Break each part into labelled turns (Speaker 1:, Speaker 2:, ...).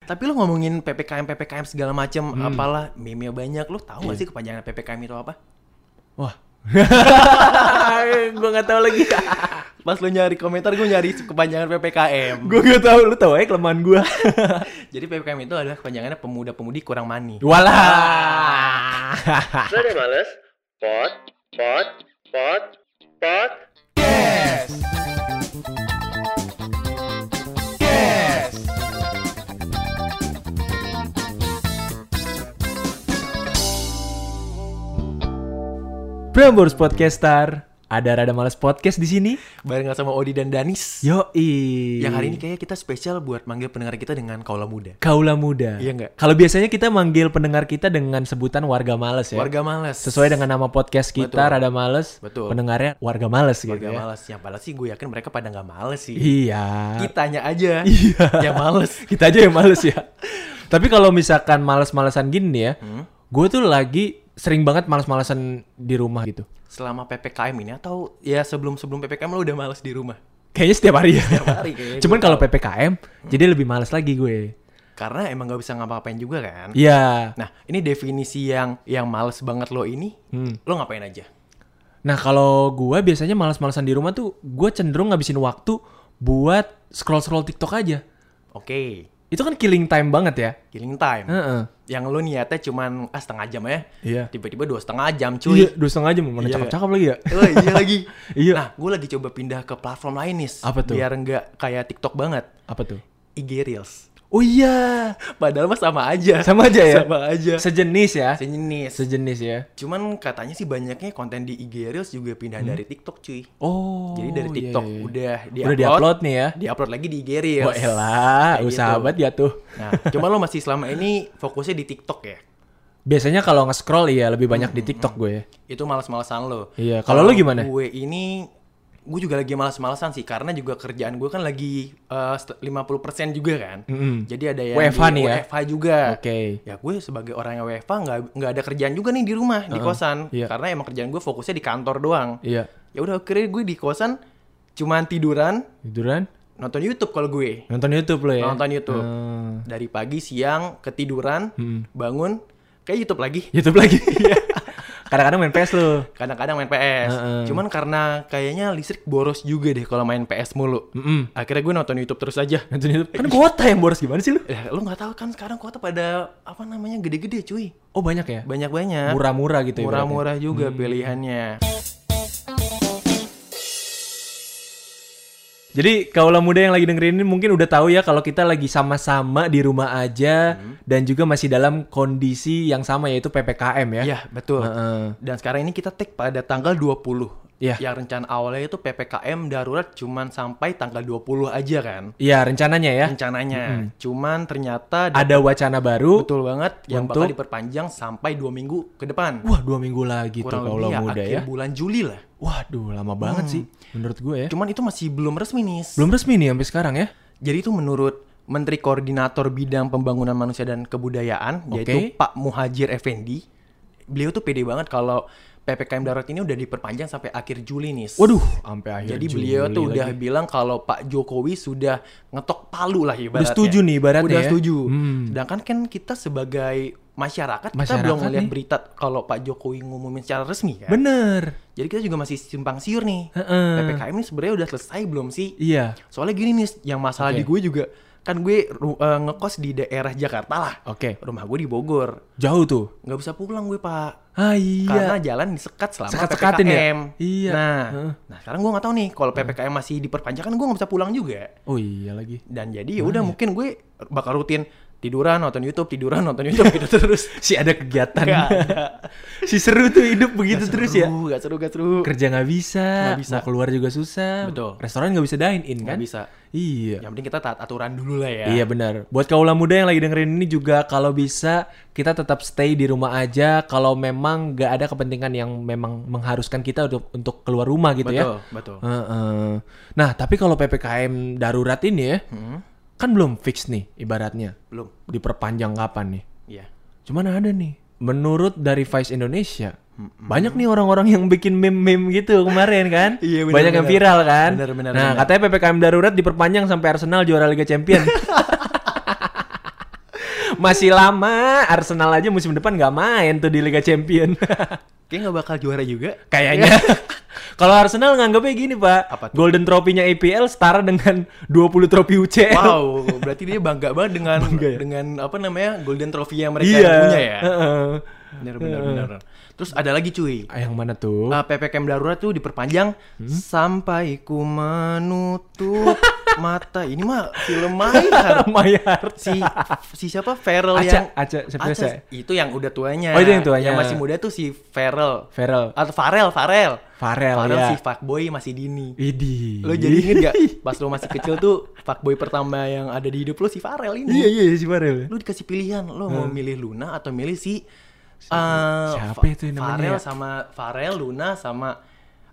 Speaker 1: Tapi lo ngomongin PPKM PPKM segala macem
Speaker 2: Hmm.
Speaker 1: apalah meme banyak lo tahu nggak sih kepanjangan PPKM itu apa?
Speaker 2: Iya. Wah,
Speaker 1: gue nggak tahu lagi. Pas lo nyari komentar gue nyari kepanjangan PPKM.
Speaker 2: gue gak tahu lu tahu ya kelemahan gue.
Speaker 1: Jadi PPKM itu adalah kepanjangannya pemuda-pemudi kurang mani.
Speaker 2: Walah.
Speaker 3: Rada males? Pot, pot, pot, pot.
Speaker 2: Prambors Podcaster, ada rada males podcast di sini.
Speaker 1: Barengan sama Odi dan Danis.
Speaker 2: Yoi.
Speaker 1: Yang hari ini kayaknya kita spesial buat manggil pendengar kita dengan kaula muda.
Speaker 2: kaula muda.
Speaker 1: Iya nggak?
Speaker 2: Kalau biasanya kita manggil pendengar kita dengan sebutan warga males ya.
Speaker 1: Warga malas.
Speaker 2: Sesuai dengan nama podcast kita
Speaker 1: Betul.
Speaker 2: rada males.
Speaker 1: Betul.
Speaker 2: Pendengarnya warga males gitu.
Speaker 1: warga
Speaker 2: ya.
Speaker 1: malas. Yang padahal sih gue yakin mereka pada nggak males sih.
Speaker 2: Iya.
Speaker 1: Kitanya aja
Speaker 2: Iya.
Speaker 1: yang males.
Speaker 2: kita aja yang males ya. Tapi kalau misalkan males-malesan gini nih ya, gue tuh lagi sering banget males-malesan di rumah gitu.
Speaker 1: Selama PPKM ini atau ya sebelum-sebelum PPKM lo udah males di rumah?
Speaker 2: Kayaknya setiap hari ya.
Speaker 1: hari kayaknya
Speaker 2: Cuman kalau PPKM, jadi lebih males lagi gue.
Speaker 1: Karena emang nggak bisa ngapa-ngapain juga kan?
Speaker 2: Iya.
Speaker 1: Nah, ini definisi yang yang males banget lo ini,
Speaker 2: Hmm.
Speaker 1: lo ngapain aja?
Speaker 2: Nah kalau gue biasanya males-malesan di rumah tuh, gue cenderung ngabisin waktu buat scroll-scroll TikTok aja.
Speaker 1: Oke,
Speaker 2: Itu kan killing time banget ya.
Speaker 1: killing time.
Speaker 2: Heeh.
Speaker 1: Yang lo niatnya cuman ah, setengah jam ya?
Speaker 2: Iya.
Speaker 1: Tiba-tiba dua setengah jam cuy.
Speaker 2: Iya, dua setengah jam mana
Speaker 1: Iya.
Speaker 2: cakep-cakep lagi ya.
Speaker 1: Oh, iya lagi.
Speaker 2: Iya.
Speaker 1: Nah, gue lagi coba pindah ke platform lain nih.
Speaker 2: Apa tuh?
Speaker 1: Biar nggak kayak TikTok banget.
Speaker 2: Apa tuh?
Speaker 1: IG Reels.
Speaker 2: Oh iya,
Speaker 1: Padahal mah sama aja.
Speaker 2: sama aja ya.
Speaker 1: Sama aja.
Speaker 2: Sejenis ya.
Speaker 1: Sejenis.
Speaker 2: Sejenis ya.
Speaker 1: Cuman katanya sih banyaknya konten di IG Reels juga pindah dari TikTok cuy.
Speaker 2: Hmm. Oh.
Speaker 1: Jadi dari
Speaker 2: iya,
Speaker 1: TikTok
Speaker 2: iya.
Speaker 1: udah diupload,
Speaker 2: udah diupload nih ya.
Speaker 1: diupload lagi di IG Reels.
Speaker 2: Wah elah,
Speaker 1: Kayak
Speaker 2: usaha
Speaker 1: gitu.
Speaker 2: banget ya tuh.
Speaker 1: Nah, cuma lo masih selama ini fokusnya di TikTok ya?
Speaker 2: Biasanya kalau nge-scroll ya lebih banyak di TikTok gue.
Speaker 1: Itu males-malesan lo.
Speaker 2: Iya, kalau lo gimana?
Speaker 1: Gue ini gue juga lagi males-malesan sih karena juga kerjaan gue kan lagi eh, st- 50% juga kan.
Speaker 2: Mm-mm.
Speaker 1: Jadi ada yang
Speaker 2: WFH
Speaker 1: di
Speaker 2: nih ya?
Speaker 1: WFH juga.
Speaker 2: Oke.
Speaker 1: Ya gue sebagai orang yang WFH nggak nggak ada kerjaan juga nih di rumah, di kosan.
Speaker 2: iya.
Speaker 1: Karena emang kerjaan gue fokusnya di kantor doang.
Speaker 2: Iya.
Speaker 1: Ya udah akhirnya gue di kosan cuman tiduran,
Speaker 2: Tiduran?
Speaker 1: nonton YouTube kalau gue.
Speaker 2: Gitu kan? Nonton YouTube lo ya.
Speaker 1: Nonton YouTube.
Speaker 2: Hmm.
Speaker 1: Dari pagi, siang, ketiduran, bangun, kayak YouTube lagi.
Speaker 2: YouTube lagi.
Speaker 1: Iya.
Speaker 2: Kadang-kadang main PS lo.
Speaker 1: Kadang-kadang main PS.
Speaker 2: Heeh.
Speaker 1: Cuman karena kayaknya listrik boros juga deh kalau main PS mulu.
Speaker 2: Mm-mm.
Speaker 1: Akhirnya gue nonton YouTube terus aja.
Speaker 2: Nonton YouTube. Kan kuota yang boros gimana sih lu?
Speaker 1: Eh, lo nggak tahu kan sekarang kuota pada apa namanya gede-gede cuy.
Speaker 2: Oh banyak ya?
Speaker 1: Banyak-banyak.
Speaker 2: Murah-murah gitu ya. berarti.
Speaker 1: Murah-murah juga pilihannya.
Speaker 2: Jadi kaulah muda yang lagi dengerin ini mungkin udah tahu ya kalau kita lagi sama-sama di rumah aja
Speaker 1: Hmm.
Speaker 2: dan juga masih dalam kondisi yang sama yaitu PPKM ya.
Speaker 1: Iya, betul.
Speaker 2: Heeh.
Speaker 1: Dan sekarang ini kita take pada tanggal 20.
Speaker 2: Iya.
Speaker 1: Yang rencana awalnya itu PPKM darurat cuman sampai tanggal 20 aja kan.
Speaker 2: Iya, rencananya ya.
Speaker 1: Rencananya. Cuman ternyata
Speaker 2: Ada wacana baru.
Speaker 1: Iya. Betul banget yang bakal
Speaker 2: Untuk-
Speaker 1: diperpanjang sampai dua minggu ke depan.
Speaker 2: Wah, dua minggu lagi tuh
Speaker 1: Kurang
Speaker 2: kaulah
Speaker 1: lebih ya,
Speaker 2: muda
Speaker 1: akhir Hmm.
Speaker 2: ya.
Speaker 1: bulan Juli lah.
Speaker 2: Waduh, lama banget sih menurut gue ya.
Speaker 1: Cuman itu masih belum resmi nih.
Speaker 2: Belum resmi nih sampai sekarang ya.
Speaker 1: Jadi itu menurut Menteri Koordinator Bidang Pembangunan Manusia dan Kebudayaan yaitu
Speaker 2: Oke.
Speaker 1: Pak Muhajir Effendi. Beliau tuh pede banget kalau PPKM darurat ini udah diperpanjang sampai akhir Juli nih.
Speaker 2: Waduh, sampai akhir
Speaker 1: Jadi
Speaker 2: Juli
Speaker 1: beliau tuh
Speaker 2: lagi.
Speaker 1: udah bilang kalau Pak Jokowi sudah ngetok palu lah ibaratnya.
Speaker 2: setuju nih ibaratnya
Speaker 1: Udah
Speaker 2: ya.
Speaker 1: setuju.
Speaker 2: Hmm.
Speaker 1: Sedangkan kan kita sebagai masyarakat, kita
Speaker 2: Masyarakat
Speaker 1: belum melihat
Speaker 2: nih.
Speaker 1: berita kalau Pak Jokowi ngumumin secara resmi kan.
Speaker 2: Bener.
Speaker 1: Jadi kita juga masih simpang siur nih.
Speaker 2: Heeh.
Speaker 1: PPKM ini sebenarnya udah selesai belum sih?
Speaker 2: Iya.
Speaker 1: Soalnya gini nih, yang masalah
Speaker 2: Oke.
Speaker 1: di gue juga kan gue ru- eh, ngekos di daerah Jakarta lah.
Speaker 2: Oke.
Speaker 1: Rumah gue di Bogor.
Speaker 2: Jauh tuh.
Speaker 1: nggak bisa pulang gue, Pak.
Speaker 2: Ah iya.
Speaker 1: Karena jalan disekat selama
Speaker 2: Sekat-sekatin ya?
Speaker 1: PPKM.
Speaker 2: Iya.
Speaker 1: Nah,
Speaker 2: Heeh.
Speaker 1: nah sekarang gue nggak tahu nih kalau PPKM masih diperpanjang kan gue nggak bisa pulang juga.
Speaker 2: Oh iya lagi.
Speaker 1: Dan jadi ya udah mungkin gue bakal rutin tiduran nonton YouTube, tiduran nonton YouTube gitu terus.
Speaker 2: Si ada kegiatan.
Speaker 1: Nggak
Speaker 2: si seru tuh hidup begitu terus ya.
Speaker 1: Seru, Gak seru, gak seru.
Speaker 2: Kerja nggak bisa,
Speaker 1: Nggak bisa.
Speaker 2: mau keluar juga susah.
Speaker 1: Betul.
Speaker 2: Restoran nggak bisa dine in kan?
Speaker 1: Nggak bisa.
Speaker 2: Iya.
Speaker 1: Yang penting kita taat aturan dulu lah ya.
Speaker 2: Iya benar. Buat kaula muda yang lagi dengerin ini juga kalau bisa kita tetap stay di rumah aja kalau memang nggak ada kepentingan yang memang mengharuskan kita untuk untuk keluar rumah gitu ya.
Speaker 1: betul, betul.
Speaker 2: Heeh. Nah tapi kalau ppkm darurat ini ya kan belum fix nih ibaratnya
Speaker 1: Belum.
Speaker 2: diperpanjang kapan nih?
Speaker 1: Iya.
Speaker 2: Cuman ada nih. Menurut dari Vice Indonesia, banyak nih orang-orang yang bikin meme-meme gitu kemarin kan?
Speaker 1: Iya, bener,
Speaker 2: banyak yang
Speaker 1: bener.
Speaker 2: viral kan?
Speaker 1: Bener, bener,
Speaker 2: nah,
Speaker 1: bener.
Speaker 2: katanya PPKM darurat diperpanjang sampai Arsenal juara Liga Champion. Masih lama. Arsenal aja musim depan nggak main tuh di Liga Champion.
Speaker 1: Kayaknya nggak bakal juara juga.
Speaker 2: Kayaknya. Kalau Arsenal nganggapnya gini, Pak.
Speaker 1: Iya. Apa tuh?
Speaker 2: Golden tropinya EPL setara dengan 20 trofi UCL.
Speaker 1: Wow, berarti dia bangga banget dengan
Speaker 2: Bangga ya?
Speaker 1: dengan apa namanya golden trophy yang mereka
Speaker 2: Iya.
Speaker 1: punya ya.
Speaker 2: Heeh.
Speaker 1: Benar benar benar. Terus ada lagi cuy.
Speaker 2: Ah, Yang mana tuh?
Speaker 1: Uh, PPKM darurat tuh diperpanjang
Speaker 2: Hmm?
Speaker 1: sampai ku menutup mata. Ini mah film Maher.
Speaker 2: Mayar.
Speaker 1: si si siapa Ferel
Speaker 2: Aca,
Speaker 1: yang
Speaker 2: Aca,
Speaker 1: Aca,
Speaker 2: siapa Aca?
Speaker 1: itu yang udah tuanya.
Speaker 2: Oh, itu yang tuanya.
Speaker 1: Yang masih muda tuh si Ferel.
Speaker 2: Farel.
Speaker 1: Atau Farel, Farel.
Speaker 2: Farel, ya.
Speaker 1: si fuckboy masih dini.
Speaker 2: Idi.
Speaker 1: Lo jadi inget gak pas lo masih kecil tuh fuckboy pertama yang ada di hidup lo si Farel ini.
Speaker 2: Iya, iya, si Farel.
Speaker 1: Lo dikasih pilihan lo mau milih Luna atau milih si eh
Speaker 2: Hmm. siapa
Speaker 1: Fa-
Speaker 2: itu yang namanya
Speaker 1: Farel
Speaker 2: ya?
Speaker 1: sama Farel, Luna sama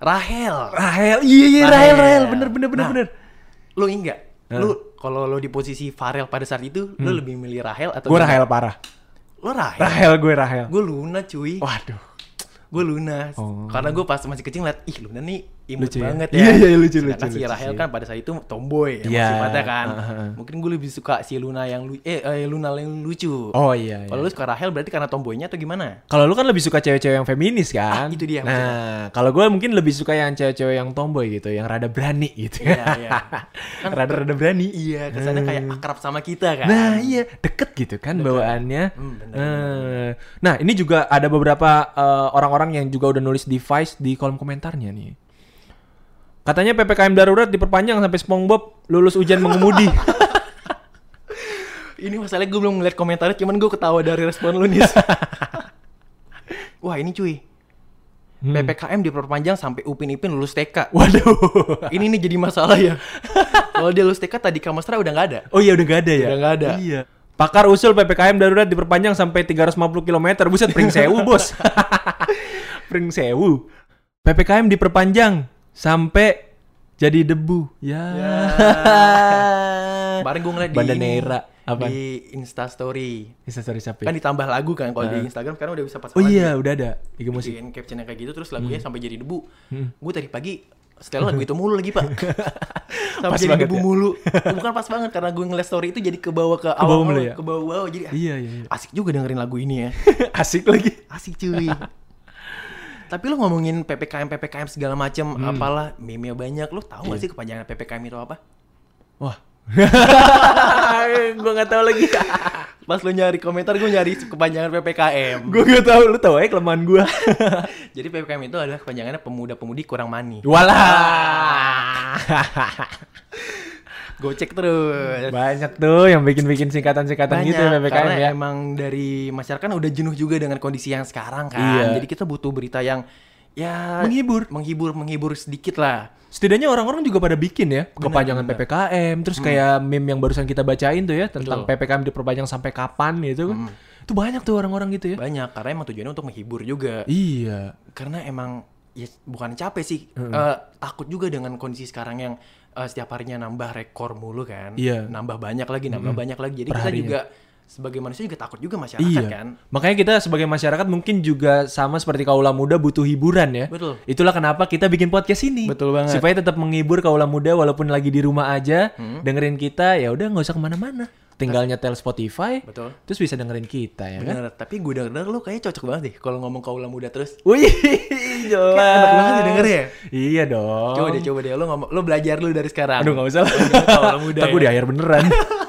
Speaker 1: Rahel.
Speaker 2: Rahel, iya, iya, Rahel, Rahel. Bener, bener, bener,
Speaker 1: Nah,
Speaker 2: bener.
Speaker 1: Lo ingat?
Speaker 2: Hmm.
Speaker 1: Lo kalau lo di posisi Farel pada saat itu, lo lebih milih Rahel atau
Speaker 2: Gue
Speaker 1: Luna?
Speaker 2: Hmm. Rahel parah.
Speaker 1: Lo Rahel.
Speaker 2: Rahel, gue Rahel.
Speaker 1: Gue Luna cuy.
Speaker 2: Waduh.
Speaker 1: Gue Luna.
Speaker 2: Oh.
Speaker 1: Karena gue pas masih kecil liat, ih Luna nih imut
Speaker 2: Lucu ya?
Speaker 1: banget ya.
Speaker 2: Iya, iya, lucu,
Speaker 1: Sedangkan
Speaker 2: lucu,
Speaker 1: si
Speaker 2: lucu
Speaker 1: Rahel
Speaker 2: sih.
Speaker 1: kan pada saat itu tomboy ya
Speaker 2: Iya.
Speaker 1: sifatnya kan.
Speaker 2: Heeh.
Speaker 1: Mungkin gue lebih suka si Luna yang lu eh, eh, Luna yang lucu.
Speaker 2: Oh iya. iya.
Speaker 1: Kalau lu suka Rahel berarti karena tomboynya atau gimana?
Speaker 2: Kalau lu kan lebih suka cewek-cewek yang feminis
Speaker 1: Ah,
Speaker 2: kan?
Speaker 1: itu dia
Speaker 2: Nah, kalau gue mungkin lebih suka yang cewek-cewek yang tomboy gitu, yang rada berani gitu.
Speaker 1: Iya, iya. Kan-
Speaker 2: Rada-rada berani. Hmm.
Speaker 1: Iya, kesannya kayak akrab sama kita kan.
Speaker 2: Eh. Nah iya deket gitu kan bawaannya.
Speaker 1: Hmm, bener,
Speaker 2: Eh, nah ini juga ada beberapa eh, orang-orang yang juga udah nulis device di kolom komentarnya nih. Katanya ppkm darurat diperpanjang sampai SpongeBob lulus ujian mengemudi.
Speaker 1: Ini masalahnya gue belum ngeliat komentarnya, cuman gue ketawa dari respon lu nih. Wah ini cuy,
Speaker 2: Hmm.
Speaker 1: PPKM diperpanjang sampai Upin Ipin lulus TK.
Speaker 2: Waduh.
Speaker 1: Ini nih jadi masalah ya. Kalau dia lulus TK tadi Kamastra udah nggak ada.
Speaker 2: Oh iya udah gak ada ya?
Speaker 1: Udah nggak ada.
Speaker 2: Iya. Pakar usul PPKM darurat diperpanjang sampai 350 km. Buset, pring sewu, Bos. pring sewu. PPKM diperpanjang sampai jadi debu. Ya.
Speaker 1: Kemarin gue ngeliat di
Speaker 2: Bandanera.
Speaker 1: ini,
Speaker 2: Apa?
Speaker 1: di Instastory.
Speaker 2: Instastory siapa ya?
Speaker 1: Kan ditambah lagu kan kalau di Instagram sekarang udah bisa pasang
Speaker 2: Nah. Oh
Speaker 1: lagu.
Speaker 2: iya, udah ada. IG musik.
Speaker 1: Bikin
Speaker 2: Hmm.
Speaker 1: captionnya kayak gitu terus lagunya sampai jadi debu. Gue tadi pagi setelah lagu itu mulu lagi pak Sampai
Speaker 2: Pas
Speaker 1: jadi
Speaker 2: banget
Speaker 1: debu
Speaker 2: ya.
Speaker 1: mulu Bukan pas banget karena gue ngeliat story itu jadi ke bawah ke
Speaker 2: bawah
Speaker 1: awal
Speaker 2: mulu ya?
Speaker 1: Ke bawah-bawah jadi ah,
Speaker 2: Iya, iya, iya.
Speaker 1: asik juga dengerin lagu ini ya
Speaker 2: Asik lagi.
Speaker 1: Asik cuy. Tapi lo ngomongin PPKM PPKM segala macem
Speaker 2: Hmm.
Speaker 1: apalah meme banyak lo tahu
Speaker 2: Iya.
Speaker 1: gak sih kepanjangan PPKM itu apa?
Speaker 2: Wah. gua nggak tahu lagi.
Speaker 1: Ah, Pas lo nyari komentar gue nyari kepanjangan PPKM.
Speaker 2: gua nggak tahu, lu tahu aja kelemahan gua.
Speaker 1: Jadi PPKM itu adalah kepanjangannya pemuda-pemudi kurang mani.
Speaker 2: Walah.
Speaker 1: Ah. Gocek terus.
Speaker 2: Banyak tuh yang bikin-bikin singkatan-singkatan gitu ya PPKM
Speaker 1: karena
Speaker 2: ya.
Speaker 1: emang dari masyarakat kan udah jenuh juga dengan kondisi yang sekarang kan.
Speaker 2: Iya.
Speaker 1: Jadi kita butuh berita yang ya
Speaker 2: Menghibur.
Speaker 1: menghibur menghibur sedikit lah.
Speaker 2: Setidaknya orang-orang juga pada bikin ya kepanjangan PPKM, terus kayak meme yang barusan kita bacain tuh ya tentang
Speaker 1: Hmm. Betul. Hmm.
Speaker 2: PPKM diperpanjang sampai kapan gitu kan. Itu banyak tuh orang-orang gitu ya.
Speaker 1: Banyak karena emang tujuannya untuk menghibur juga.
Speaker 2: Iya.
Speaker 1: karena emang ya bukan capek sih Eh, takut juga dengan kondisi sekarang yang eh, setiap harinya nambah rekor mulu kan
Speaker 2: Iya.
Speaker 1: nambah banyak lagi nambah banyak lagi jadi kita
Speaker 2: Perharinya.
Speaker 1: juga sebagai manusia juga takut juga masyarakat
Speaker 2: Iya.
Speaker 1: kan
Speaker 2: Makanya kita sebagai masyarakat mungkin juga sama seperti kaula muda butuh hiburan ya.
Speaker 1: Betul.
Speaker 2: Itulah kenapa kita bikin podcast ini.
Speaker 1: Betul banget.
Speaker 2: Supaya tetap menghibur kaula muda walaupun lagi di rumah aja,
Speaker 1: Hmm.
Speaker 2: dengerin kita ya udah nggak usah kemana-mana. Tinggal nyetel Spotify,
Speaker 1: Betul.
Speaker 2: terus bisa dengerin kita ya kan.
Speaker 1: bener tapi gue denger lu kayaknya cocok banget deh kalau ngomong kaula muda terus
Speaker 2: Wih, jelas.
Speaker 1: Kayak enak banget didengar ya?
Speaker 2: Iya dong.
Speaker 1: coba deh coba deh lu ngomong lu belajar lu dari sekarang
Speaker 2: Aduh nggak usah lah.
Speaker 1: Jangan kaula muda
Speaker 2: Ntar gue
Speaker 1: ya.
Speaker 2: di air beneran.